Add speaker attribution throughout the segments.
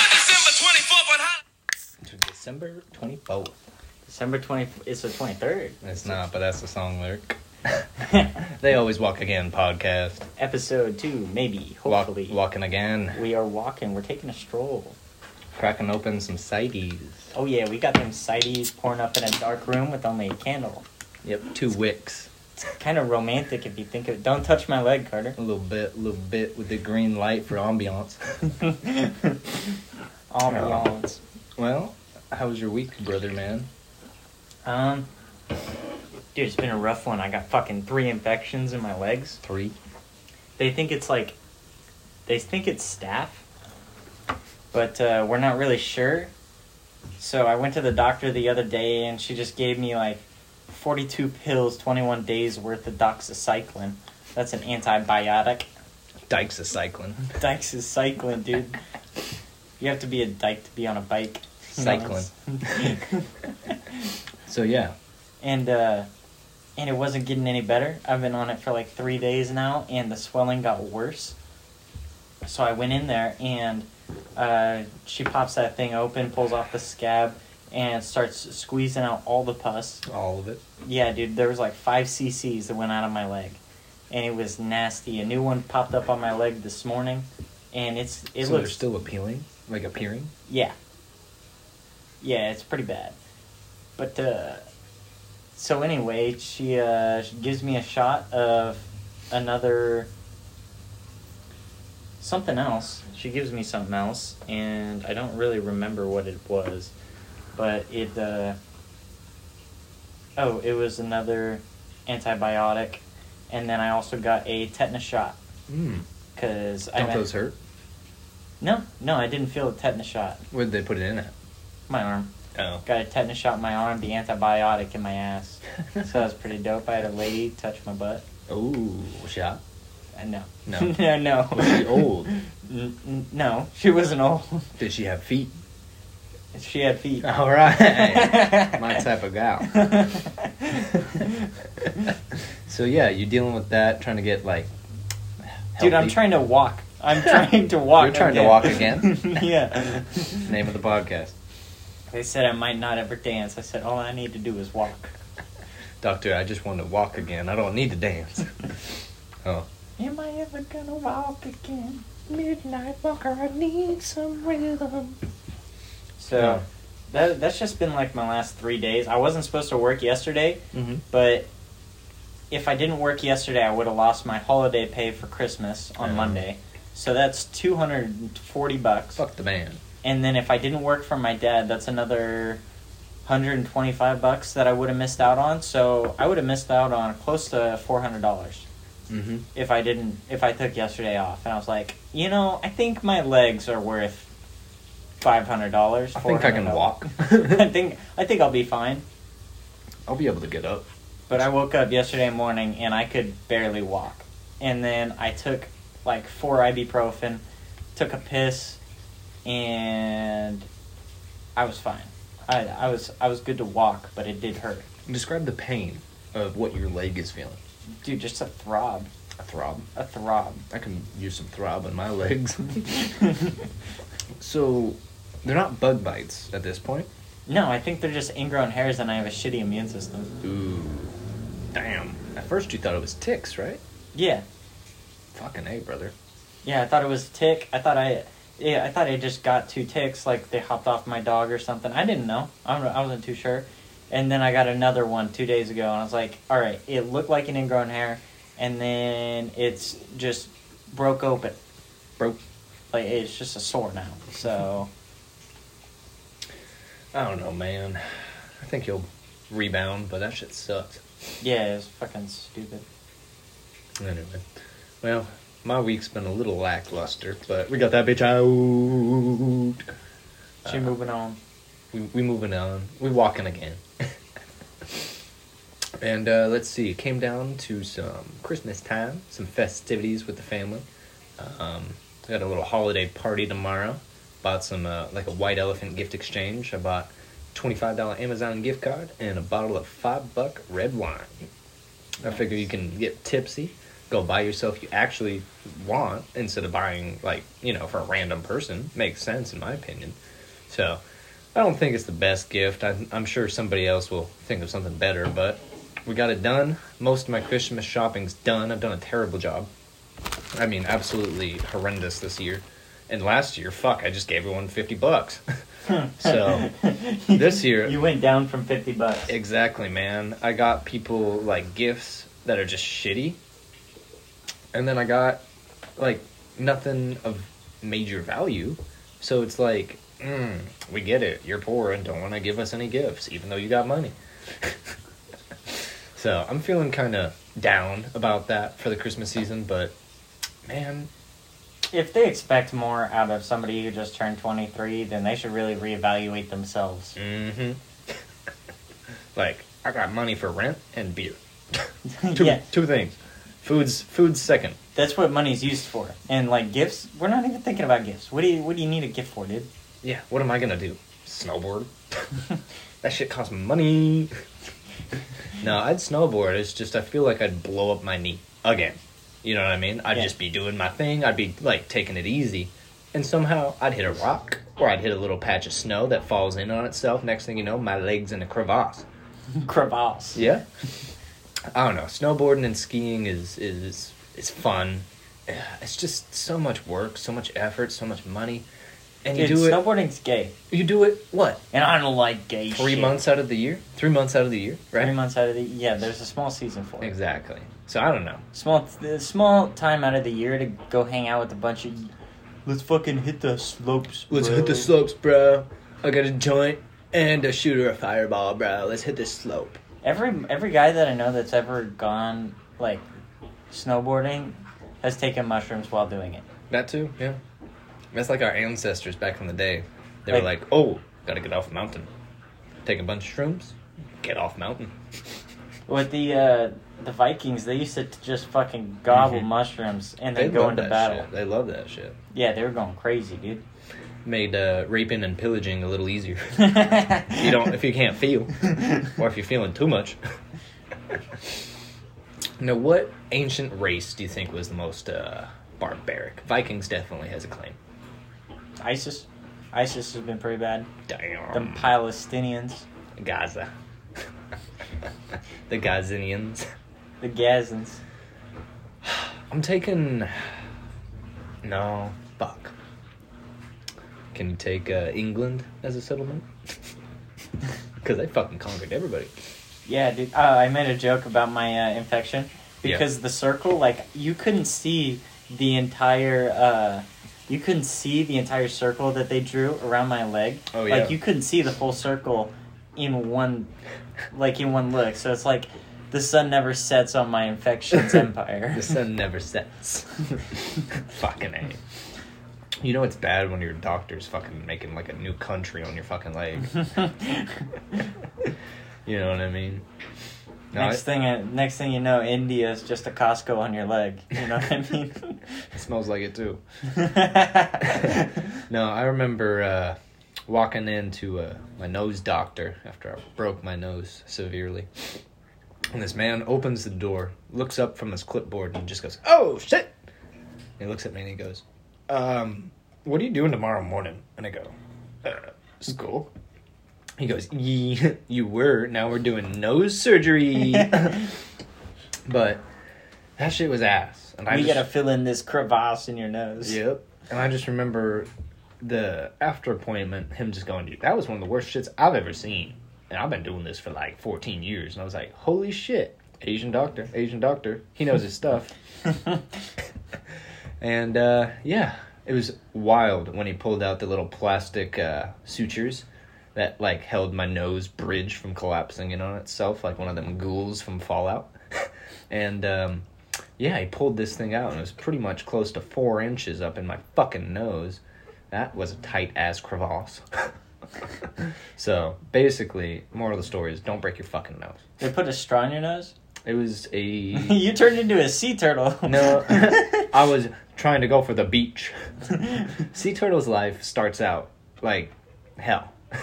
Speaker 1: 24th on holiday.
Speaker 2: December 24th.
Speaker 3: December 20th. It's the 23rd.
Speaker 2: It's not, but that's the song lyric. they always walk again podcast.
Speaker 3: Episode 2, maybe.
Speaker 2: Walk,
Speaker 3: Hopefully.
Speaker 2: walking again.
Speaker 3: We are walking. We're taking a stroll.
Speaker 2: Cracking open some cides.
Speaker 3: Oh, yeah. We got them sighties pouring up in a dark room with only a candle.
Speaker 2: Yep, two wicks.
Speaker 3: It's kind of romantic if you think of it. Don't touch my leg, Carter.
Speaker 2: A little bit, a little bit with the green light for ambiance.
Speaker 3: Ambiance.
Speaker 2: well, how was your week, brother man?
Speaker 3: Um, dude, it's been a rough one. I got fucking three infections in my legs.
Speaker 2: Three.
Speaker 3: They think it's like, they think it's staph, but uh, we're not really sure. So I went to the doctor the other day, and she just gave me like forty-two pills, twenty-one days worth of doxycycline. That's an antibiotic.
Speaker 2: Dykes is cycling.
Speaker 3: Doxycycline, dude. You have to be a dyke to be on a bike. You know, it's-
Speaker 2: So yeah,
Speaker 3: and uh and it wasn't getting any better. I've been on it for like three days now, and the swelling got worse. So I went in there, and uh, she pops that thing open, pulls off the scab, and starts squeezing out all the pus.
Speaker 2: all of it.
Speaker 3: Yeah, dude, there was like five cc's that went out of my leg, and it was nasty. A new one popped up on my leg this morning, and it's it
Speaker 2: so they're
Speaker 3: looks
Speaker 2: still appealing, like appearing.
Speaker 3: yeah. Yeah, it's pretty bad. But uh so anyway, she uh she gives me a shot of another something else. She gives me something else and I don't really remember what it was. But it uh Oh, it was another antibiotic and then I also got a tetanus shot
Speaker 2: Mm.
Speaker 3: cuz Hmm. I
Speaker 2: Don't
Speaker 3: met-
Speaker 2: those hurt?
Speaker 3: No, no, I didn't feel the tetanus shot.
Speaker 2: Where did they put it in at?
Speaker 3: My arm.
Speaker 2: Oh.
Speaker 3: Got a tetanus shot in my arm, the antibiotic in my ass. so that was pretty dope. I had a lady touch my butt.
Speaker 2: Ooh, shot.
Speaker 3: Uh, no.
Speaker 2: No.
Speaker 3: no, no.
Speaker 2: Was she old?
Speaker 3: N- n- no, she wasn't old.
Speaker 2: Did she have feet?
Speaker 3: she had feet.
Speaker 2: All right, Oh. my type of gal. so yeah, you're dealing with that, trying to get like.
Speaker 3: Dude, I'm
Speaker 2: healthy.
Speaker 3: trying to walk. I'm trying to walk.
Speaker 2: You're trying to walk again?
Speaker 3: yeah.
Speaker 2: Name of the podcast,
Speaker 3: They said I might not ever dance. I said all I need to do is walk.
Speaker 2: Doctor. I just want to walk again. I don't need to dance. oh,
Speaker 3: Am I ever gonna walk again?
Speaker 4: Midnight Walker, I need some rhythm.
Speaker 3: So
Speaker 2: Yeah.
Speaker 3: that that's just been like my last three days. I wasn't supposed to work yesterday,
Speaker 2: Mhm.
Speaker 3: but if I didn't work yesterday, I would have lost my holiday pay for Christmas on
Speaker 2: Oh.
Speaker 3: Monday. So that's two hundred and forty bucks.
Speaker 2: fuck the man.
Speaker 3: And then if I didn't work for my dad, that's another hundred and twenty five bucks that I would have missed out on. So I would have missed out on close to four hundred dollars
Speaker 2: Mm-hmm.
Speaker 3: if I didn't if I took yesterday off. And I was like, you know, I think my legs are worth five hundred dollars.
Speaker 2: I think I can walk.
Speaker 3: I think I think I'll be fine.
Speaker 2: I'll be able to get up.
Speaker 3: But I woke up yesterday morning and I could barely walk. And then I took like four ibuprofen, took a piss, and I was fine. I, I was I was good to walk, but it did hurt.
Speaker 2: Describe the pain of what your leg is feeling.
Speaker 3: Dude, just a throb,
Speaker 2: A throb.
Speaker 3: a throb.
Speaker 2: I can use some throb in my legs. so, they're not bug bites at this point.
Speaker 3: No, I think they're just ingrown hairs, and I have a shitty immune system.
Speaker 2: Ooh, damn. At first you thought it was ticks, right?
Speaker 3: Yeah,
Speaker 2: Fucking a, brother.
Speaker 3: yeah. I thought it was a tick. I thought I, yeah, I thought I just got two ticks, like they hopped off my dog or something. I didn't know. I don't, I wasn't too sure. And then I got another one two days ago, and I was like, all right, it looked like an ingrown hair, and then it's just broke open.
Speaker 2: Broke.
Speaker 3: Like it's just a sore now. So
Speaker 2: I don't know, man. I think he'll rebound, but that shit sucks.
Speaker 3: yeah, it's fucking stupid.
Speaker 2: Anyway, well, my week's been a little lackluster, but we got that bitch out. Uh,
Speaker 3: She moving on.
Speaker 2: We we moving on. We walking again. and uh, let's see. It came down to some Christmas time, some festivities with the family. Um, I got a little holiday party tomorrow. Bought some uh, like a white elephant gift exchange. I bought twenty five dollar Amazon gift card and a bottle of five buck red wine. I figure you can get tipsy, go buy yourself you actually want instead of buying like you know for a random person. Makes sense in my opinion. So I don't think it's the best gift. I'm, I'm sure somebody else will think of something better, but we got it done. Most of my Christmas shopping's done. I've done a terrible job. I mean, absolutely horrendous this year. And last year, fuck, I just gave everyone 50 bucks. so this year,
Speaker 3: you went down from fifty bucks.
Speaker 2: Exactly, man. I got people like gifts that are just shitty. And then I got like nothing of major value. So it's like, mm, we get it. You're poor and don't want to give us any gifts, even though you got money. so I'm feeling kind of down about that for the Christmas season, but man,
Speaker 3: If they expect more out of somebody who just turned twenty three, then they should really reevaluate themselves.
Speaker 2: mm-hmm. like, I got money for rent and beer. two,
Speaker 3: yeah,
Speaker 2: two things. Food's food's second.
Speaker 3: that's what money's used for. And like gifts, we're not even thinking about gifts. What do you What do you need a gift for, dude?
Speaker 2: Yeah, what am I gonna do? Snowboard? that shit costs money. no, I'd snowboard. It's just I feel like I'd blow up my knee again. You know what I mean? I'd
Speaker 3: Yeah.
Speaker 2: just be doing my thing. I'd be like taking it easy, and somehow I'd hit a rock or I'd hit a little patch of snow that falls in on itself. Next thing you know, my legs in a crevasse.
Speaker 3: Crevasse.
Speaker 2: Yeah. I don't know. Snowboarding and skiing is is is fun. Eh, It's just so much work, so much effort, so much money, and you
Speaker 3: Dude,
Speaker 2: do it.
Speaker 3: snowboarding's gay,
Speaker 2: You do it what?
Speaker 3: and I don't like gay.
Speaker 2: Three
Speaker 3: shit.
Speaker 2: months out of the year? Three months out of the year, right?
Speaker 3: Three months out of the yeah. There's a small season for it.
Speaker 2: Exactly. So I don't know.
Speaker 3: Small th- small time out of the year to go hang out with a bunch of. Let's fucking hit the slopes. bro."
Speaker 2: slopes, bro. I got a joint and a shooter, a fireball, bro. Let's hit this slope.
Speaker 3: Every every guy that I know that's ever gone like snowboarding has taken mushrooms while doing it.
Speaker 2: That too, yeah. That's like our ancestors back in the day. They were
Speaker 3: Like-
Speaker 2: like, oh, gotta get off mountain. Take a bunch of shrooms, get off mountain.
Speaker 3: With the uh, the Vikings, they used to t- just fucking gobble mushrooms and then go
Speaker 2: Mhm. love
Speaker 3: into
Speaker 2: that
Speaker 3: battle.
Speaker 2: shit. They love that shit.
Speaker 3: Yeah, they were going crazy, dude.
Speaker 2: Made uh, raping and pillaging a little easier.
Speaker 3: you
Speaker 2: you don't if you can't feel or if you're feeling too much now what ancient race do you think was the most uh, barbaric vikings definitely has a claim
Speaker 3: ISIS, ISIS has been pretty bad. The
Speaker 2: damn
Speaker 3: Palestinians,
Speaker 2: gaza the gazinians
Speaker 3: the Gazans.
Speaker 2: i'm taking no fuck can you take uh, england as a settlement because they fucking conquered everybody
Speaker 3: Yeah, dude. Uh, I made a joke about my uh, infection
Speaker 2: Yeah.
Speaker 3: because the circle, like, you couldn't see the entire. Uh, you couldn't see the entire circle that they drew around my leg.
Speaker 2: Oh, yeah.
Speaker 3: Like you couldn't see the full circle in one, like in one look. So it's like the sun never sets on my infections empire.
Speaker 2: The sun never sets. fucking A. You know it's bad when your doctor's fucking making like a new country on your fucking leg. you know what I mean? No, it,
Speaker 3: next thing, I, next thing you know, India is just a Costco on your leg. You know what I mean?
Speaker 2: it smells like it too. No, I remember uh, walking into uh, my nose doctor after I broke my nose severely. And this man opens the door, looks up from his clipboard, and just goes, Oh, shit! And he looks at me and he goes, um, What are you doing tomorrow morning? And I go, uh, School. He goes, "Ye- You were. Now we're doing nose surgery. but that shit was ass. And
Speaker 3: we
Speaker 2: just-
Speaker 3: gotta fill in this crevasse in your nose.
Speaker 2: Yep. And I just remember the after appointment, him just going, dude, that was one of the worst shits I've ever seen. And I've been doing this for like 14 years. And I was like, holy shit. Asian doctor, Asian doctor. He knows his stuff. and uh, yeah, it was wild when he pulled out the little plastic uh, sutures that like held my nose bridge from collapsing in on itself, like one of them ghouls from Fallout. and um, yeah, he pulled this thing out and it was pretty much close to four inches up in my fucking nose. That was a tight ass crevasse. so basically, moral of the story is don't break your fucking nose.
Speaker 3: They put a straw in your nose.
Speaker 2: It was a
Speaker 3: you turned into a sea turtle.
Speaker 2: no. I was trying to go for the beach. sea turtle's life starts out like hell.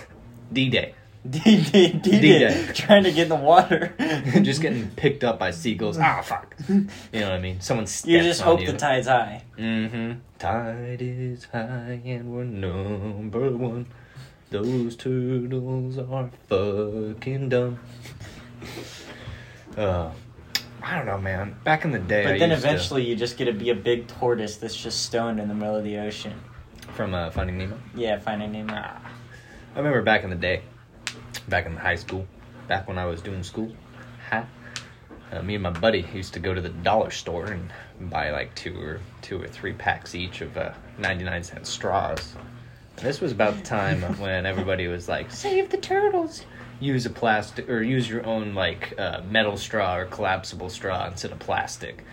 Speaker 2: D Day,
Speaker 3: D D D
Speaker 2: D-Day.
Speaker 3: D trying to get in the water.
Speaker 2: just getting picked up by seagulls. Ah, fuck. You know what I mean? Someone steps
Speaker 3: You just
Speaker 2: on
Speaker 3: hope
Speaker 2: you.
Speaker 3: the tide's high.
Speaker 2: Mm-hmm. Tide is high and we're number one. Those turtles are fucking dumb. Uh, I don't know, man. Back in the day, I
Speaker 3: But then
Speaker 2: used to-
Speaker 3: eventually you just get to be a big tortoise that's just stoned in the middle of the ocean.
Speaker 2: from uh, Finding Nemo.
Speaker 3: Yeah, Finding Nemo.
Speaker 2: I remember back in the day, back in high school, back when I was doing school, ha, uh, me and my buddy used to go to the dollar store and buy like two or two or three packs each of uh, ninety nine cent straws. And this was about the time when everybody was like, "Save the turtles." Use a plastic or use your own like uh, metal straw or collapsible straw instead of plastic.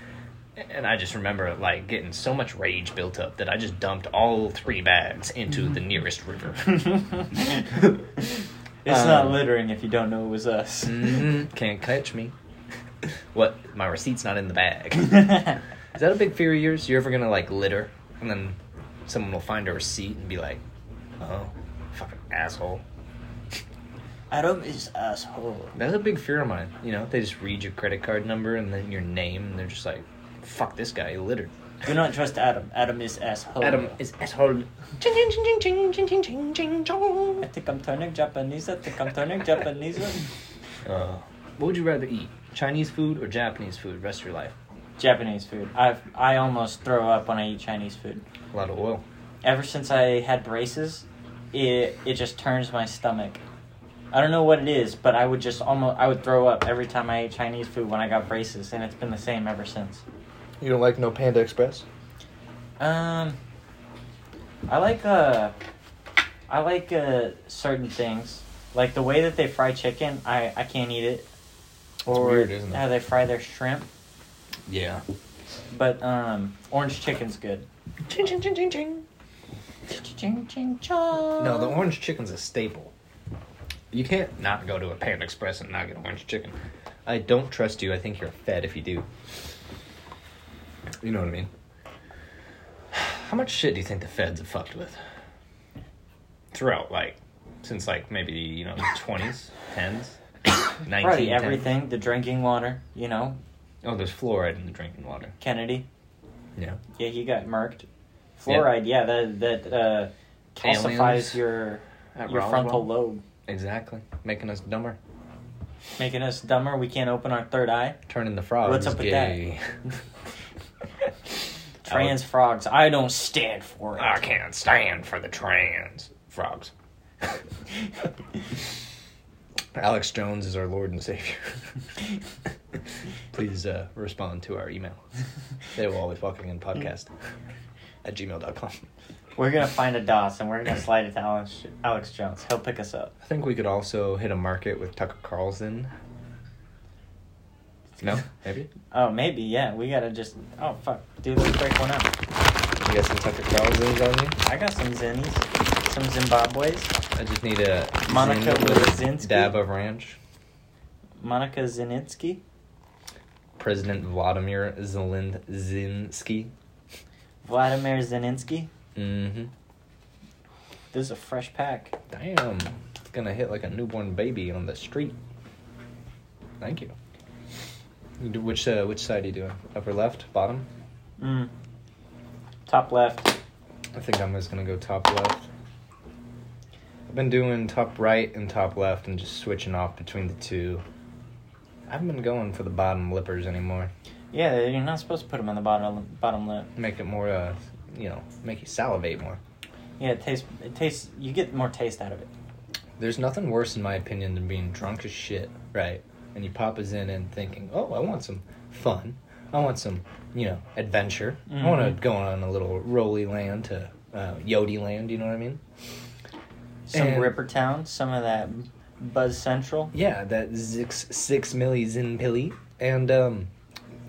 Speaker 2: And I just remember like getting so much rage built up that I just dumped all three bags into the nearest river.
Speaker 3: It's not
Speaker 2: Um,
Speaker 3: littering if you don't know it was us.
Speaker 2: hmm Can't catch me. What? My receipt's not in the bag. Is
Speaker 3: That's
Speaker 2: that a big fear of yours? You're ever gonna like litter, and then someone will find a receipt and be like, "Oh, fucking asshole."
Speaker 3: Adam is asshole.
Speaker 2: That's a big fear of mine. You know, they just read your credit card number and then your name, and they're just like, "Fuck this guy, he littered."
Speaker 3: Do not trust Adam. Adam is asshole.
Speaker 2: Adam is asshole.
Speaker 4: Ching ching ching ching ching ching ching ching
Speaker 3: I
Speaker 4: chong.
Speaker 3: think I'm turning Japanese. I think I'm turning Japanese.
Speaker 2: Uh, what would you rather eat, Chinese food or Japanese food? Rest of your life.
Speaker 3: Japanese food. I I almost throw up when I eat Chinese food.
Speaker 2: A lot of oil.
Speaker 3: Ever since I had braces, it it just turns my stomach. I don't know what it is, but I would just almost I would throw up every time I ate Chinese food when I got braces, and it's been the same ever since.
Speaker 2: You don't like no Panda Express?
Speaker 3: Um, I like uh, I like uh certain things, like the way that they fry chicken. I I can't eat it. Or
Speaker 2: weird, isn't it?
Speaker 3: how they fry their shrimp,
Speaker 2: Yeah.
Speaker 3: but um, orange chicken's good.
Speaker 4: Ching ching ching ching ching.
Speaker 3: Ching ching chong.
Speaker 2: No, the orange chicken's a staple. You can't not go to a Panda Express and not get orange chicken. I don't trust you. I think you're a fed if you do. You know what I mean? How much shit do you think the feds have fucked with? Throughout, like, since, like, maybe, you know, 20s, 10s, 19,
Speaker 3: Probably
Speaker 2: 10.
Speaker 3: everything. The drinking water, you know,
Speaker 2: Oh, there's fluoride in the drinking water.
Speaker 3: Kennedy.
Speaker 2: Yeah.
Speaker 3: Yeah, he got murked.
Speaker 2: Yeah.
Speaker 3: Fluoride. Yeah, that that uh, calcifies
Speaker 2: Aliens
Speaker 3: your uh,
Speaker 2: at
Speaker 3: your
Speaker 2: Roswell.
Speaker 3: frontal lobe,
Speaker 2: Exactly. Making us dumber.
Speaker 3: making us dumber. We can't open our third eye.
Speaker 2: Turning the frogs
Speaker 3: What's up with that?
Speaker 2: gay.
Speaker 3: Trans frogs. I don't stand for it.
Speaker 2: I can't stand for the trans frogs. Alex Jones is our Lord and Savior. Please uh, respond to our email. They will always walking in podcast at gmail.com.
Speaker 3: We're gonna find a DOS and we're gonna slide it to Alex, Alex Jones. He'll pick us up.
Speaker 2: I think we could also hit a market with Tucker Carlson. No? Maybe?
Speaker 3: Oh, maybe yeah. We gotta just. Oh fuck, dude, let's break one up.
Speaker 2: You got some Tucker Carlsons on you?
Speaker 3: I got some zinnies, some Zimbabwe's.
Speaker 2: I just need a zin
Speaker 3: Monica
Speaker 2: with a
Speaker 3: Lewinsky?
Speaker 2: dab of ranch.
Speaker 3: Monica Zinitsky.
Speaker 2: President Vladimir Zelensky.
Speaker 3: Vladimir Zininsky.
Speaker 2: Mm-hmm.
Speaker 3: This is a fresh pack.
Speaker 2: Damn. It's gonna hit like a newborn baby on the street. Thank you. You do- Which uh, which side are you doing? Upper left, bottom?
Speaker 3: Mm. Top left.
Speaker 2: I think I'm just gonna go top left. I've been doing top right and top left and just switching off between the two. I haven't been going for the bottom lippers anymore.
Speaker 3: Yeah, you're not supposed to put them on the bottom bottom lip.
Speaker 2: Make it more, uh, you know, make you salivate more.
Speaker 3: Yeah, it tastes. It tastes. You get more taste out of it.
Speaker 2: There's nothing worse, in my opinion, than being drunk as shit, right? And you pop a Zen in thinking, oh, I want some fun. I want some, you know, adventure. I want to
Speaker 3: Mhm.
Speaker 2: go on a little roly land to uh, Yodi land, you know what I mean?
Speaker 3: Some
Speaker 2: And-
Speaker 3: Rippertown. Some of that Buzz Central.
Speaker 2: Yeah, that six, six milli Zen pilly. And um,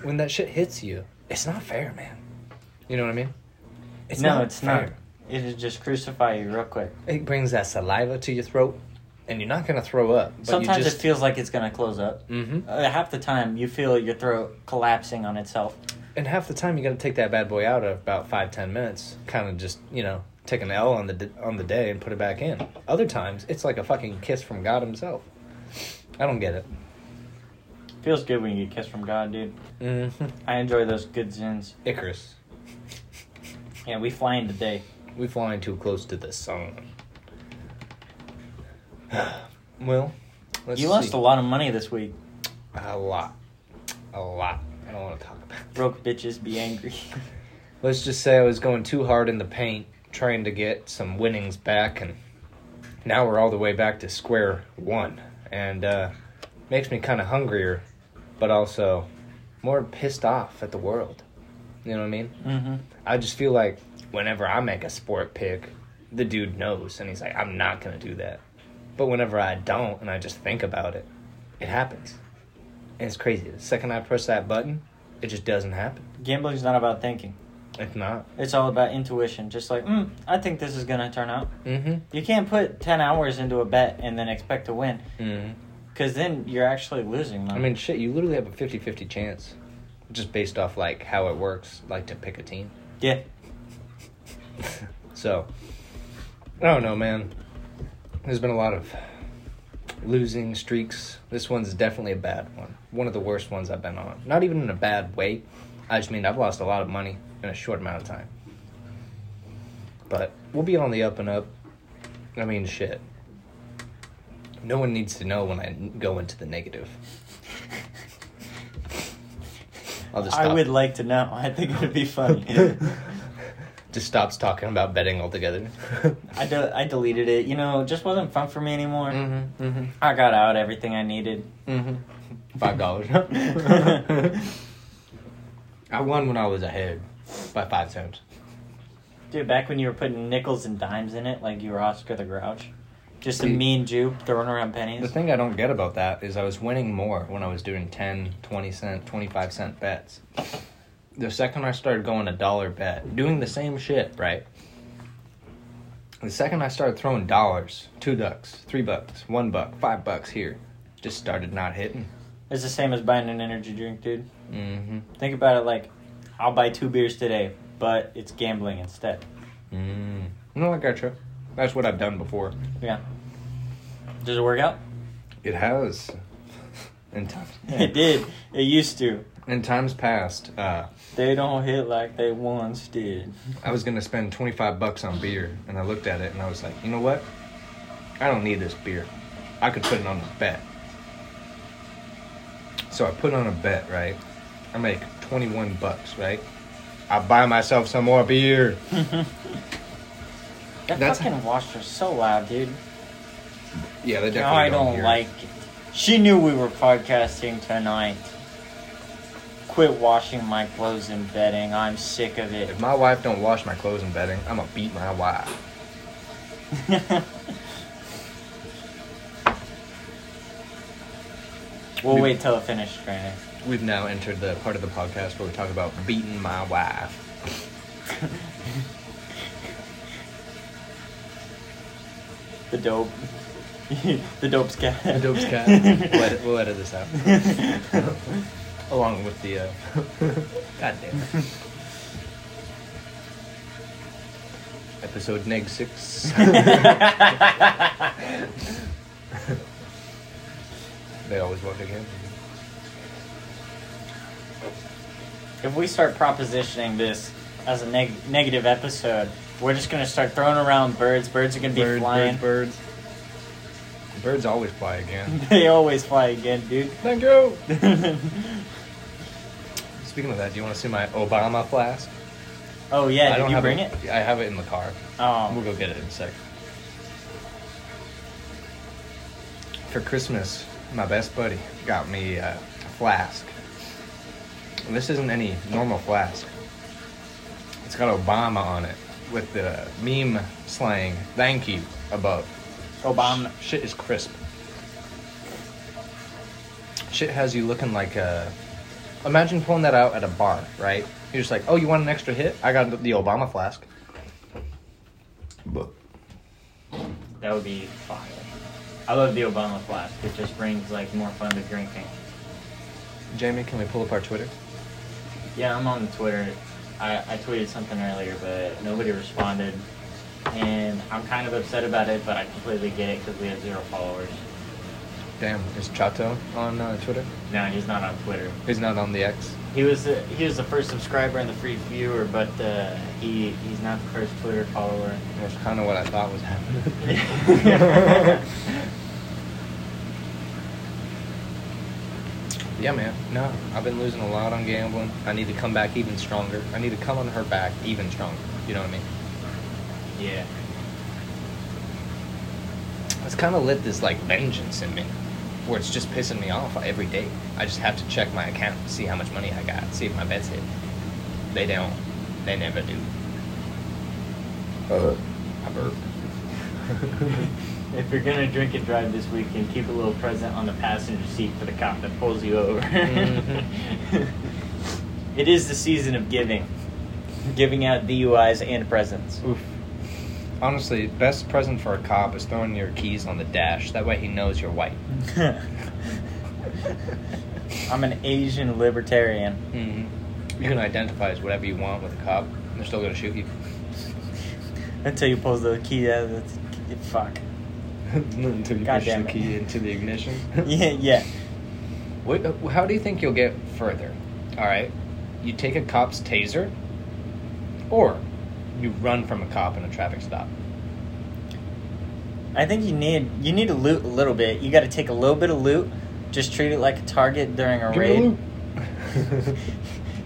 Speaker 2: when that shit hits you, it's not fair, man. You know what I mean?
Speaker 3: no, it's not. It'll just crucify you real quick.
Speaker 2: It brings that saliva to your throat, and you're not going to throw up. But
Speaker 3: Sometimes
Speaker 2: you just,
Speaker 3: it feels like it's gonna close up.
Speaker 2: Mm-hmm.
Speaker 3: Uh, half the time, you feel your throat collapsing on itself.
Speaker 2: And half the time you got to take that bad boy out of about five ten minutes, kind of just you know take an L on the d- on the day and put it back in. Other times it's like a fucking kiss from God Himself. I don't get it.
Speaker 3: Feels good when you get kissed from God, dude.
Speaker 2: Mm-hmm.
Speaker 3: I enjoy those good zins.
Speaker 2: Icarus,
Speaker 3: Yeah, we flying today.
Speaker 2: we flying too close to the sun. Well, let's
Speaker 3: you lost
Speaker 2: see.
Speaker 3: a lot of money this week.
Speaker 2: A lot. A lot. I don't want to talk about that.
Speaker 3: Broke bitches be angry.
Speaker 2: Let's just say I was going too hard in the paint, trying to get some winnings back, and now we're all the way back to square one. And uh, makes me kind of hungrier, but also more pissed off at the world. You know what I mean?
Speaker 3: mm-hmm.
Speaker 2: I just feel like whenever I make a sport pick, the dude knows, and he's like, I'm not going to do that. But whenever I don't, and I just think about it, it happens. And it's crazy. The second I press that button, it just doesn't happen.
Speaker 3: Gambling's not about thinking.
Speaker 2: It's not.
Speaker 3: It's all about intuition. Just like, mm, I think this is gonna turn out.
Speaker 2: Mm-hmm.
Speaker 3: You can't put ten hours into a bet and then expect to win,
Speaker 2: Mm-hmm.
Speaker 3: because then you're actually losing money.
Speaker 2: I mean, shit, you literally have a 50 50 chance just based off like how it works, like to pick a team.
Speaker 3: yeah,
Speaker 2: So, I don't know, man. There's been a lot of losing streaks. This one's definitely a bad one. One of the worst ones I've been on. Not even in a bad way. I just mean I've lost a lot of money in a short amount of time. But we'll be on the up and up. I mean, shit. No one needs to know when I n- go into the negative. I'll just
Speaker 3: I
Speaker 2: stop.
Speaker 3: would like to know. I think it'd be funny.
Speaker 2: just stops talking about betting altogether.
Speaker 3: I del- I deleted it. You know, it just wasn't fun for me anymore.
Speaker 2: mm-hmm, mm-hmm.
Speaker 3: I got out everything I needed.
Speaker 2: Mm-hmm. Five dollars. I won when I was ahead by five cents.
Speaker 3: Dude, back when you were putting nickels and dimes in it, like you were Oscar the Grouch, just a
Speaker 2: See-
Speaker 3: mean Jew throwing around
Speaker 2: The
Speaker 3: pennies.
Speaker 2: thing I don't get about that is I was winning more when I was doing 10, 20 cent, 25 cent bets. The second I started going a dollar bet, doing the same shit, right? The second I started throwing dollars, two ducks, three bucks, one buck, five bucks here, just started not hitting.
Speaker 3: It's the same as buying an energy drink, dude.
Speaker 2: Mm-hmm.
Speaker 3: Think about it like, I'll buy two beers today, but it's gambling instead.
Speaker 2: Mm. No, I gotcha. That's what I've done before.
Speaker 3: Yeah. Does it work out?
Speaker 2: It has. In time,
Speaker 3: It did. It used to.
Speaker 2: In times past, uh,
Speaker 3: They don't hit like they once did.
Speaker 2: I was gonna spend twenty five bucks on beer, and I looked at it and I was like, you know what? I don't need this beer. I could put it on a bet. So I put on a bet, right? I make twenty one bucks, right? I buy myself some more beer.
Speaker 3: That
Speaker 2: That's-
Speaker 3: fucking washer's so loud, dude.
Speaker 2: Yeah, they definitely.
Speaker 3: No, I
Speaker 2: don't
Speaker 3: don't
Speaker 2: hear it.
Speaker 3: like it. She knew we were podcasting tonight. Quit washing my clothes and bedding. I'm sick of it.
Speaker 2: If my wife don't wash my clothes in bedding, I'm gonna beat my wife.
Speaker 3: we'll wait till it finishes, Granny.
Speaker 2: We've now entered the part of the podcast where we talk about beating my wife.
Speaker 3: The dope. the dope's cat.
Speaker 2: The dope's cat. we'll, edit, we'll edit this out. Along with the. Uh... God damn it. Episode neg six. they always work again.
Speaker 3: If we start propositioning this as a neg- negative episode, we're just gonna start throwing around birds. Birds are gonna be flying.
Speaker 2: birds, birds. Birds always fly again.
Speaker 3: They always fly again, dude.
Speaker 2: Thank you. Speaking of that, do you want to see my Obama flask?
Speaker 3: Oh yeah, did you
Speaker 2: have
Speaker 3: bring it?
Speaker 2: I have it in the car. Um, We'll
Speaker 3: Oh,
Speaker 2: go get it in a sec. For Christmas, my best buddy got me uh, a flask. And this isn't any normal flask. It's got Obama on it with the meme slang "thank you" above.
Speaker 3: Obama.
Speaker 2: Shit is crisp. Shit has you looking like a. Imagine pulling that out at a bar, right? You're just like, oh, you want an extra hit? I got the Obama flask.
Speaker 3: That would be fire. I love the Obama flask. It just brings like more fun to drinking.
Speaker 2: Jamie, can we pull up our Twitter?
Speaker 3: Yeah, I'm on Twitter. I, I tweeted something earlier, but nobody responded. And I'm kind of upset about it, but I completely get it because we have zero followers.
Speaker 2: Damn, is Chato on uh, Twitter?
Speaker 3: No, he's not on Twitter.
Speaker 2: He's not on the X.
Speaker 3: He was the, he was the first subscriber and the free viewer, but uh, he he's not the first Twitter follower.
Speaker 2: That's kind of what I thought was happening. yeah, man. No, I've been losing a lot on gambling. I need to come back even stronger. I need to come on her back even stronger. You know what I mean?
Speaker 3: Yeah.
Speaker 2: It's kind of lit this like vengeance in me, where it's just pissing me off every day. I just have to check my account, see how much money I got, see if my bets hit. They don't. They never do.
Speaker 1: Uh,
Speaker 2: I burp.
Speaker 3: If you're gonna drink and drive this weekend, keep a little present on the passenger seat for the cop that pulls you over.
Speaker 2: Mhm.
Speaker 3: it is the season of giving, giving out DUIs and presents.
Speaker 2: Oof. Honestly, best present for a cop is throwing your keys on the dash. That way he knows you're white. Mm-hmm.
Speaker 3: I'm an Asian libertarian.
Speaker 2: hmm You can identify as whatever you want with a cop. and They're still gonna shoot you.
Speaker 3: Until you pulls the key out of the fuck.
Speaker 2: Until you
Speaker 3: God
Speaker 2: push the
Speaker 3: damn it.
Speaker 2: key into the ignition.
Speaker 3: yeah, yeah.
Speaker 2: What, how do you think you'll get further? All right, you take a cop's taser, or you run from a cop in a traffic stop.
Speaker 3: I think you need you need to loot a little bit. You got to take a little bit of loot. Just treat it like a target during a
Speaker 2: Give me
Speaker 3: raid.
Speaker 2: the loot.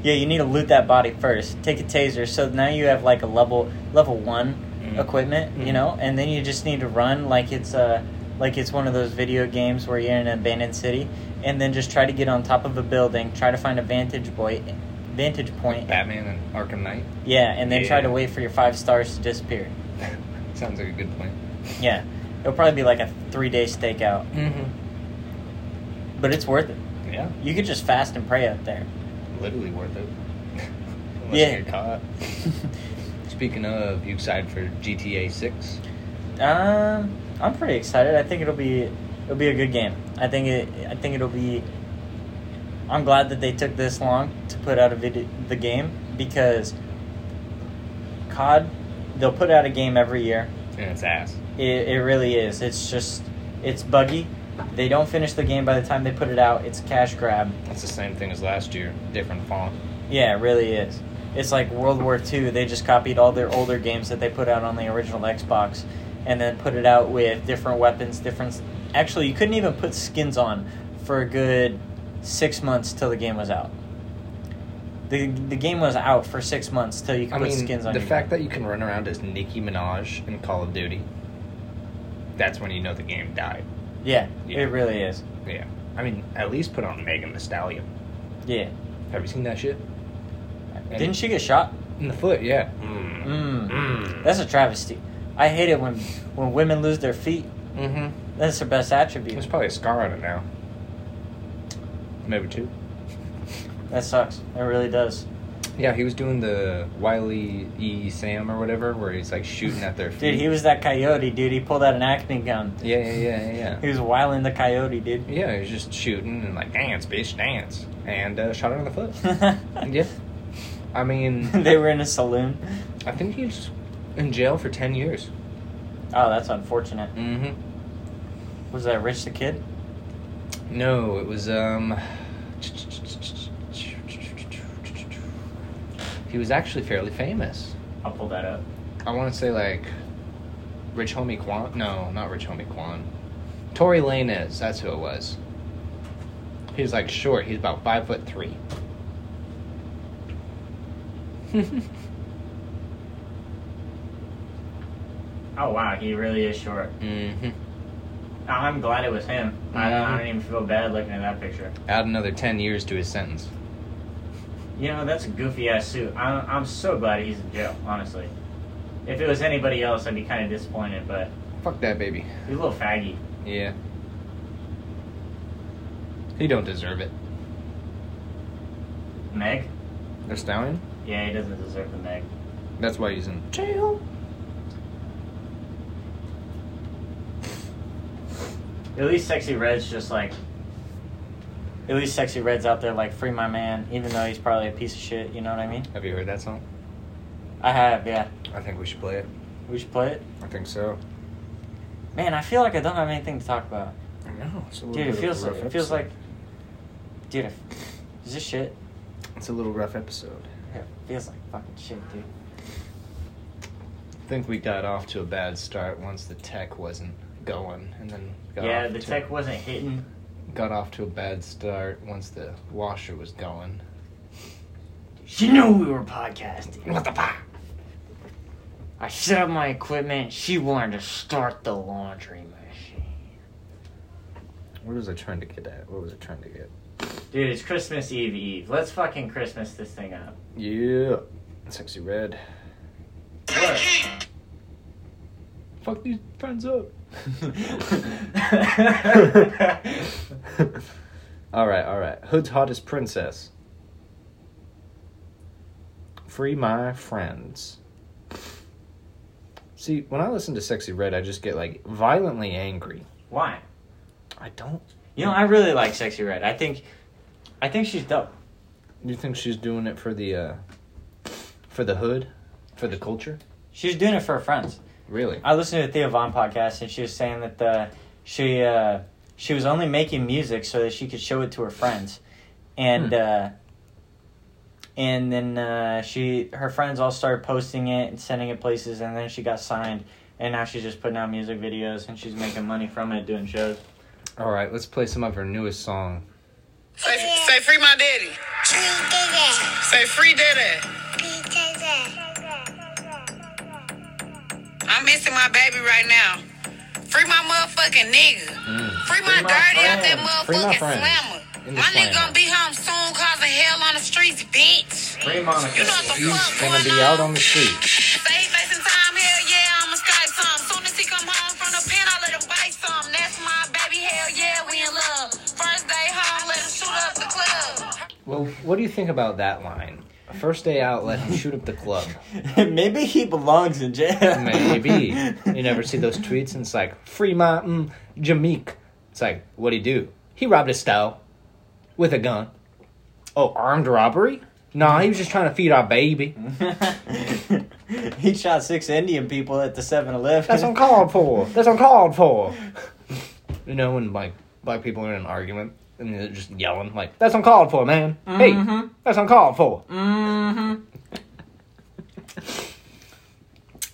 Speaker 3: Yeah, you need to loot that body first. Take a taser. So now you have like a level level one
Speaker 2: Mm.
Speaker 3: equipment,
Speaker 2: Mm.
Speaker 3: you know, and then you just need to run like it's uh like it's one of those video games where you're in an abandoned city, and then just try to get on top of a building, try to find a vantage point, vantage point.
Speaker 2: Batman and Arkham Knight
Speaker 3: Yeah, and then try to
Speaker 2: Yeah.
Speaker 3: wait for your five stars to disappear.
Speaker 2: sounds like a good plan.
Speaker 3: Yeah, it'll probably be like a three day stakeout,
Speaker 2: Mm-hmm.
Speaker 3: but it's worth it.
Speaker 2: Yeah,
Speaker 3: You could just fast and pray out there.
Speaker 2: literally worth it. Unless
Speaker 3: Yeah.
Speaker 2: you get caught. Speaking of, you excited for GTA Six?
Speaker 3: Um, I'm pretty excited. I think it'll be it'll be a good game. I think it I think it'll be. I'm glad that they took this long to put out a video the game because COD they'll put out a game every year.
Speaker 2: And it's ass.
Speaker 3: It it really is. It's just it's buggy. They don't finish the game by the time they put it out. It's a cash grab.
Speaker 2: It's the same thing as last year, different font.
Speaker 3: Yeah, it really is. It's like World War II. They just copied all their older games that they put out on the original Xbox and then put it out with different weapons, different. Actually, you couldn't even put skins on for a good six months till the game was out. The, the game was out for six months till you could
Speaker 2: I
Speaker 3: put
Speaker 2: mean,
Speaker 3: skins on
Speaker 2: the
Speaker 3: your
Speaker 2: fact
Speaker 3: gun.
Speaker 2: that you can run around as Nicki Minaj in Call of Duty, that's when you know the game died.
Speaker 3: Yeah,
Speaker 2: Yeah.
Speaker 3: it really is.
Speaker 2: Yeah. I mean, at least put on Megan Thee Stallion.
Speaker 3: Yeah.
Speaker 2: Have you seen that shit?
Speaker 3: Didn't she get shot?
Speaker 2: In the foot, yeah. Mm.
Speaker 3: Mm.
Speaker 2: Mm.
Speaker 3: That's a travesty. I hate it when when women lose their feet.
Speaker 2: Mm-hmm.
Speaker 3: That's their best attribute.
Speaker 2: There's probably a scar on it now. Maybe two.
Speaker 3: That sucks. It really does.
Speaker 2: Yeah, he was doing the Wiley E. Sam or whatever, where he's like shooting at their feet.
Speaker 3: Dude, he was that coyote, dude. He pulled out an acne gun.
Speaker 2: Yeah, yeah, yeah, yeah.
Speaker 3: He
Speaker 2: yeah.
Speaker 3: was wiling the coyote, dude.
Speaker 2: Yeah, he was just shooting and like dance, bitch, dance, and uh, shot her in the foot. yeah, I mean,
Speaker 3: they were in a saloon.
Speaker 2: I think he's in jail for ten years.
Speaker 3: Oh, that's unfortunate.
Speaker 2: Mm-hmm.
Speaker 3: Was that Rich the Kid?
Speaker 2: No, it was um. He was actually fairly famous.
Speaker 3: I'll pull that up.
Speaker 2: I want to say like, Rich Homie Quan. No, not Rich Homie Quan. Tory Lanez. That's who it was. He's like short. He's about five foot three.
Speaker 3: Oh, wow, he really is short.
Speaker 2: Mm-hmm.
Speaker 3: I'm glad it was him.
Speaker 2: I don't- I don't
Speaker 3: even feel bad looking at that picture.
Speaker 2: Add another ten years to his sentence.
Speaker 3: You know, that's a goofy ass suit. I'm, I'm so glad he's in jail, honestly. If it was anybody else, I'd be kind of disappointed, but
Speaker 2: Fuck that baby.
Speaker 3: he's a little faggy.
Speaker 2: Yeah. He don't deserve it.
Speaker 3: Meg?
Speaker 2: They're Stallion.
Speaker 3: Yeah, he doesn't deserve the Meg.
Speaker 2: That's why he's in
Speaker 4: Jail.
Speaker 3: At least Sexy Red's just like. At least Sexy Red's out there like free my man, even though he's probably a piece of shit. You know what I mean?
Speaker 2: Have you heard that song?
Speaker 3: I have, yeah.
Speaker 2: I think we should play it.
Speaker 3: We should play it.
Speaker 2: I think so.
Speaker 3: Man, I feel like I don't have anything to talk about,
Speaker 2: I know. It's a
Speaker 3: dude. It feels it feels like, dude, it, is this shit?
Speaker 2: it's a little rough episode.
Speaker 3: It feels like fucking shit, dude.
Speaker 2: I think we got off to a bad start once the tech wasn't going, and then got
Speaker 3: yeah,
Speaker 2: off
Speaker 3: the
Speaker 2: to-
Speaker 3: tech wasn't hitting.
Speaker 2: got off to a bad start once the washer was going.
Speaker 3: She knew we were podcasting.
Speaker 2: What the fuck?
Speaker 3: I set up my equipment. She wanted to start the laundry machine.
Speaker 2: What was I trying to get at? What was I trying to get?
Speaker 3: Dude, it's Christmas Eve Eve. Let's fucking Christmas this thing up.
Speaker 2: Yeah. Sexy red.
Speaker 3: Look.
Speaker 2: Fuck these friends up. all right, all right. Hood's hottest princess. Free my friends. See, when I listen to Sexy Red, I just get like violently angry.
Speaker 3: Why?
Speaker 2: I don't.
Speaker 3: You know, I really like Sexy Red. I think, I think she's dope.
Speaker 2: You think she's doing it for the, uh, for the hood, for the culture?
Speaker 3: She's doing it for her friends.
Speaker 2: Really?
Speaker 3: I listened to a Thea Vaughn podcast, and she was saying that the she uh, she was only making music so that she could show it to her friends, and
Speaker 2: Hmm.
Speaker 3: uh, and then uh, she her friends all started posting it and sending it places, and then she got signed, and now she's just putting out music videos and she's making money from it doing shows.
Speaker 2: All right, let's play some of her newest song.
Speaker 1: Say, say free my daddy. Say free daddy. I'm missing my baby right now. Free my motherfucking nigga. Free my
Speaker 3: Free my
Speaker 1: dirty out that
Speaker 3: friend.
Speaker 2: Free my
Speaker 1: motherfucking
Speaker 2: friend.
Speaker 1: slammer.
Speaker 2: In the
Speaker 1: My nigga
Speaker 2: slammer.
Speaker 1: gonna be home soon causing hell on the streets, bitch.
Speaker 3: Free Monica.
Speaker 1: You know what the fuck
Speaker 2: Gonna be
Speaker 1: going
Speaker 2: out
Speaker 1: on.
Speaker 2: on the street.
Speaker 1: Say he facing time, hell yeah, I'ma strike some. Soon as he come home from the pen, I let him bite some. That's my baby, hell yeah, we in love. First day home, let him shoot up the club.
Speaker 2: Well, what do you think about that line? First day out, let him shoot up the club.
Speaker 3: Maybe he belongs in jail.
Speaker 2: Maybe. You never see those tweets, and it's like, free my mm, Jameek. It's like, what'd he do? He robbed a stall with a gun. Oh, armed robbery? Nah, he was just trying to feed our baby.
Speaker 3: he shot six Indian people at the 7 Eleven.
Speaker 2: That's uncalled for. That's uncalled for. You know, when like black people are in an argument and they're just yelling, like, that's uncalled for, man. Hey, that's uncalled for.
Speaker 3: Mm-hmm.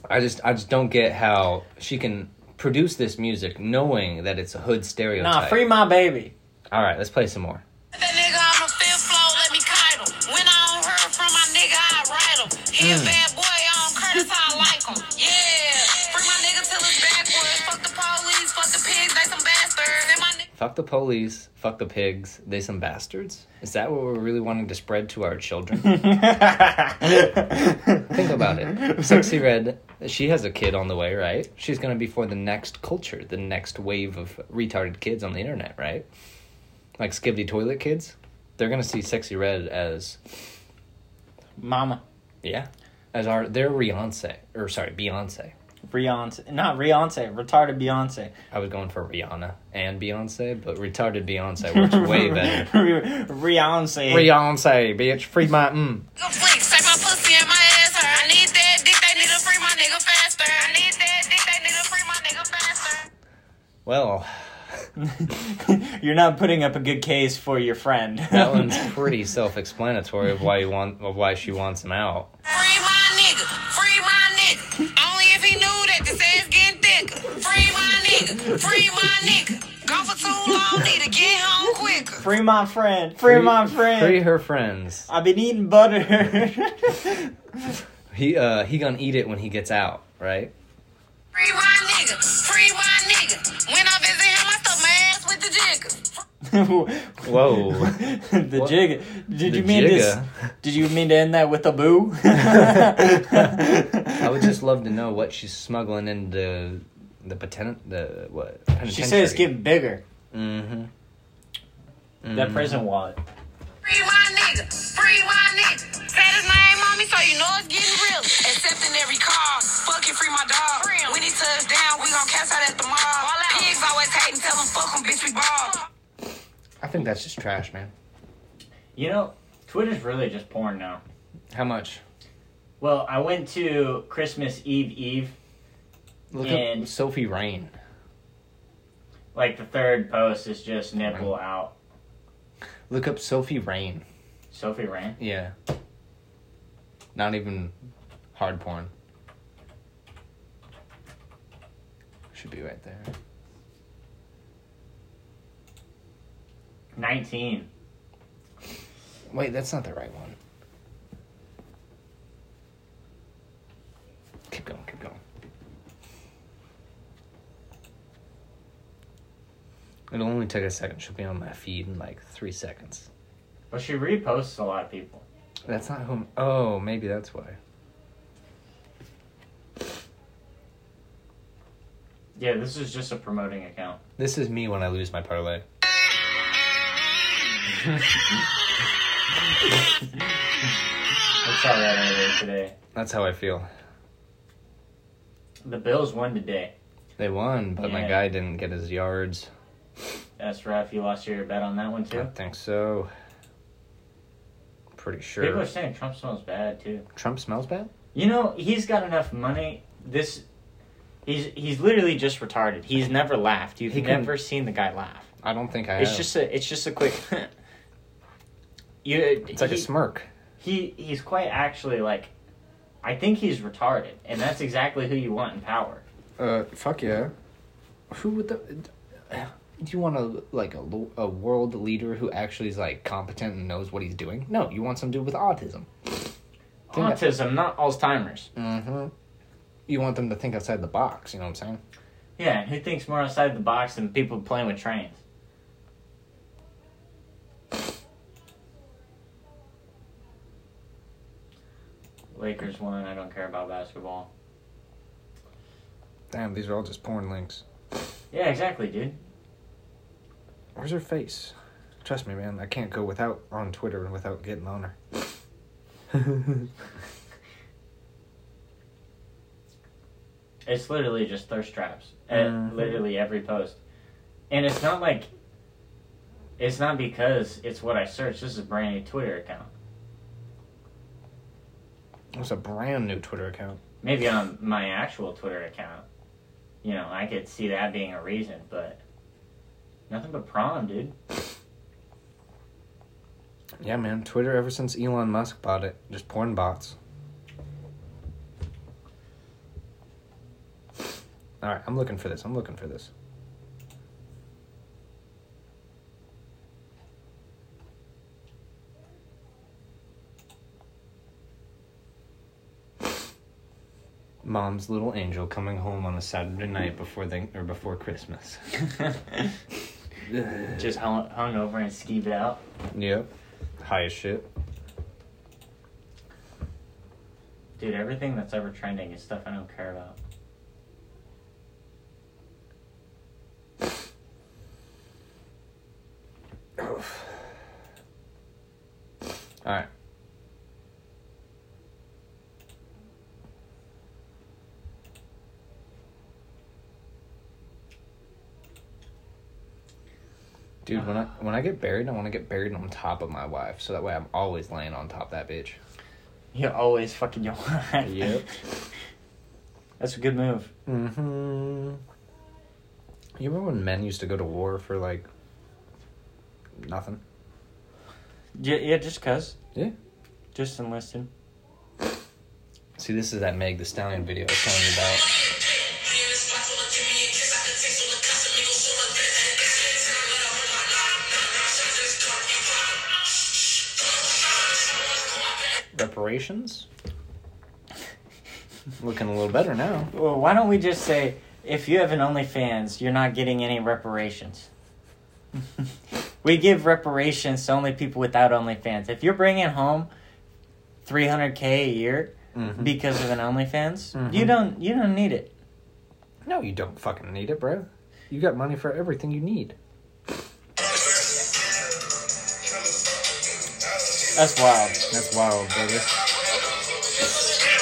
Speaker 2: I just I just don't get how she can produce this music knowing that it's a hood stereotype.
Speaker 3: Nah, free my baby.
Speaker 2: All right, let's play some more.
Speaker 1: That nigga on the fifth floor, let me kite him. When I don't hear from my nigga, I write him. He a bad boy, I don't Curtis, I like him. Yeah, bring my nigga till it's backwards. Fuck the police, fuck the pigs, they some bastards. And my nigga
Speaker 2: Fuck the police, fuck the pigs, they some bastards. Is that what we're really wanting to spread to our children? Think about it. Sexy Red, she has a kid on the way, right? She's gonna be for the next culture, the next wave of retarded kids on the internet, right? Like Skibidi Toilet kids, they're gonna see Sexy Red as
Speaker 3: Mama.
Speaker 2: yeah, as our their Beyonce or sorry Beyonce.
Speaker 3: Beyonce. Not Beyonce. Retarded Beyonce.
Speaker 2: I was going for Rihanna and Beyonce, but retarded Beyonce works way better.
Speaker 3: Beyonce.
Speaker 2: Beyonce, bitch, free my mm.
Speaker 1: flick, take my pussy and my ass hurt. I need that dick, they need to free my nigga faster. I need that dick, they need to free my nigga faster.
Speaker 2: Well,
Speaker 3: You're not putting up a good case for your friend.
Speaker 2: that one's pretty self-explanatory of why you want of why she wants him out.
Speaker 1: Free my nigga, free my nigga. Only if he knew that this ass getting thicker. Free my nigga, free my nigga. Gone for too long, need to get home quicker.
Speaker 3: Free my friend. Free, my friend.
Speaker 2: Free her friends.
Speaker 3: I've been eating butter.
Speaker 2: He uh he gonna eat it when he gets out, right?
Speaker 1: Free my nigga, free my nigga. When I visit him, I stuff my ass with the jigger.
Speaker 2: Whoa.
Speaker 3: the
Speaker 2: What?
Speaker 3: jig. Did
Speaker 2: The
Speaker 3: you mean this?
Speaker 2: jigga.
Speaker 3: Did you mean to end that with a boo?
Speaker 2: I would just love to know what she's smuggling into the patent the what
Speaker 3: She said it's getting bigger.
Speaker 2: mm-hmm. Mm.
Speaker 3: That prison wallet.
Speaker 1: Free my nigga, free my nigga. Said his name on me, so you know it's getting real. Accepting every call, fucking free my dog. When he touch down, we gon' catch out at the mall. Pigs always hatin', tell them fuck 'em, bitch, we ball.
Speaker 2: I think that's just trash, man.
Speaker 3: You know, Twitter's really just porn now.
Speaker 2: How much?
Speaker 3: Well, I went to Christmas Eve Eve,
Speaker 2: Look
Speaker 3: And-
Speaker 2: up Sophie Rain.
Speaker 3: like the third post is just nipple out.
Speaker 2: Look up Sophie Rain.
Speaker 3: Sophie Rain.
Speaker 2: Yeah. Not even hard porn. Should be right there.
Speaker 3: 19.
Speaker 2: Wait, that's not the right one. Keep going, keep going. It'll only take a second. She'll be on my feed in like three seconds.
Speaker 3: Well, she reposts a lot of people.
Speaker 2: That's not whom. Oh, maybe that's why.
Speaker 3: Yeah, this is just a promoting account.
Speaker 2: This is me when I lose my parlay.
Speaker 3: I saw that earlier today.
Speaker 2: That's how I feel.
Speaker 3: The Bills won today.
Speaker 2: They won, but my
Speaker 3: Yeah.
Speaker 2: guy didn't get his yards.
Speaker 3: That's rough. You lost your bet on that one,
Speaker 2: I
Speaker 3: too.
Speaker 2: don't think so. Pretty
Speaker 3: People
Speaker 2: sure.
Speaker 3: are saying Trump smells bad, too.
Speaker 2: Trump smells bad?
Speaker 3: You know, he's got enough money. This. He's, he's literally just retarded. He's never laughed. You've
Speaker 2: He can-
Speaker 3: never seen the guy laugh.
Speaker 2: I don't think I
Speaker 3: It's
Speaker 2: have.
Speaker 3: just a it's just a quick. you.
Speaker 2: it's like
Speaker 3: he-
Speaker 2: a smirk.
Speaker 3: he he's quite actually like I think he's retarded, and that's exactly who you want in power.
Speaker 2: Uh, fuck yeah. Who would the? Do you want a like a, lo- a world leader who actually is like competent and knows what he's doing? No, you want some dude with autism. Think I-
Speaker 3: Autism, not Alzheimer's.
Speaker 2: Mm-hmm. You want them to think outside the box. You know what I'm saying?
Speaker 3: Yeah, and who thinks more outside the box than people playing with trains? Lakers won. I don't care about basketball.
Speaker 2: Damn, these are all just porn links.
Speaker 3: Yeah, exactly, dude.
Speaker 2: Where's her face? Trust me, man. I can't go without on Twitter and without getting on her.
Speaker 3: It's literally just thirst traps at
Speaker 2: Mhm.
Speaker 3: literally every post. And it's not like it's not because it's what I searched. This is a brand new Twitter account.
Speaker 2: It's a brand new Twitter account.
Speaker 3: Maybe on my actual Twitter account, you know, I could see that being a reason, but nothing but prom, dude.
Speaker 2: Yeah, man. Twitter ever since Elon Musk bought it, just porn bots. All right, I'm looking for this. I'm looking for this. Mom's little angel coming home on a Saturday night before they, or before Christmas.
Speaker 3: Just hung, hung over and skeeved out.
Speaker 2: Yep. High as shit.
Speaker 3: Dude, everything that's ever trending is stuff I don't care about.
Speaker 2: All right. Dude, when I when I get buried, I want to get buried on top of my wife, so that way I'm always laying on top of that bitch.
Speaker 3: You're always fucking your wife.
Speaker 2: Yep.
Speaker 3: That's a good move.
Speaker 2: Mm-hmm. You remember when men used to go to war for like nothing?
Speaker 3: Yeah, yeah just cuz.
Speaker 2: Yeah.
Speaker 3: Just enlisted.
Speaker 2: See, this is that Meg the Stallion video I was telling you about. reparations. Looking a little better now.
Speaker 3: Well, why don't we just say if you have an OnlyFans, you're not getting any reparations. we give reparations to only people without OnlyFans. If you're bringing home 300k a year
Speaker 2: Mm-hmm.
Speaker 3: because of an OnlyFans, you
Speaker 2: Mhm.
Speaker 3: don't you don't need it.
Speaker 2: No, you don't fucking need it, bro. You got money for everything you need.
Speaker 3: That's wild,
Speaker 2: That's wild, brother.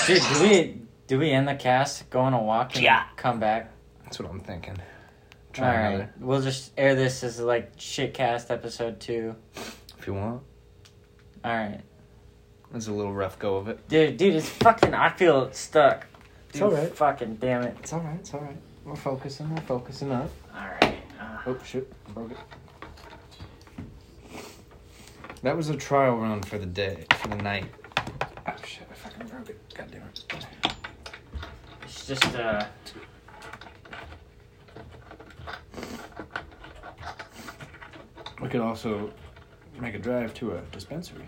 Speaker 3: dude. Do we do we end the cast, go on a walk, and
Speaker 2: Yeah.
Speaker 3: come back?
Speaker 2: That's what I'm thinking.
Speaker 3: All
Speaker 2: Try
Speaker 3: right,
Speaker 2: another
Speaker 3: we'll just air this as like shit cast episode two.
Speaker 2: if you want.
Speaker 3: All right,
Speaker 2: It's a little rough go of it.
Speaker 3: dude, dude, it's fucking. I feel stuck. Dude,
Speaker 2: all right.
Speaker 3: Fucking damn it.
Speaker 2: It's all right. It's all right. We're focusing. We're focusing up.
Speaker 3: All right. Uh,
Speaker 2: Oh shit! I broke it. That was a trial run for the day, for the night. Oh shit! I fucking broke it. God damn it.
Speaker 3: It's just uh
Speaker 2: We could also make a drive to a dispensary.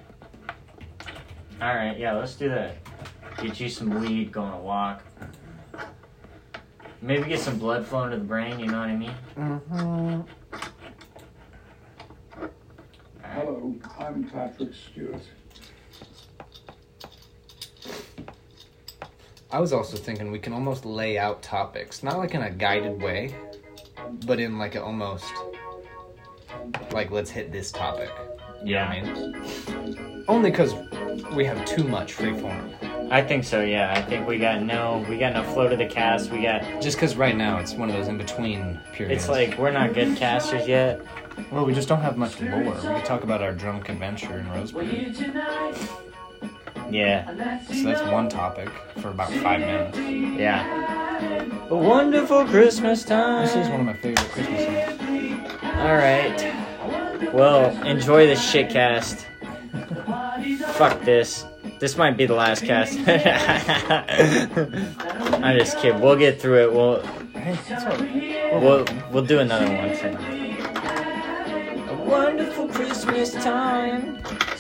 Speaker 3: All right, yeah, let's do that. Get you some weed, go on a walk. Maybe get some blood flowing to the brain. You know what I mean? All right.
Speaker 5: Hello, I'm Patrick Stewart.
Speaker 2: I was also thinking we can almost lay out topics, not like in a guided way, but in like a almost like let's hit this topic. You know
Speaker 3: Yeah,
Speaker 2: what I mean? Only because we have too much free form.
Speaker 3: I think so. Yeah, I think we got no, we got no flow to the cast. We got.
Speaker 2: Just because right now it's one of those in between periods.
Speaker 3: It's like we're not good casters yet.
Speaker 2: well, we just don't have much lore. We could talk about our drunk adventure in Roseburg.
Speaker 3: Yeah,
Speaker 2: So that's one topic for about five minutes.
Speaker 3: yeah. A wonderful Christmas time.
Speaker 2: This is one of my favorite Christmas songs.
Speaker 3: All right. Well, enjoy this shit cast. Fuck this. This might be the last cast. I'm just kidding. We'll get through it. We'll
Speaker 2: Hey, that's all right.
Speaker 3: we'll we'll do another one. soon. A wonderful Christmas time.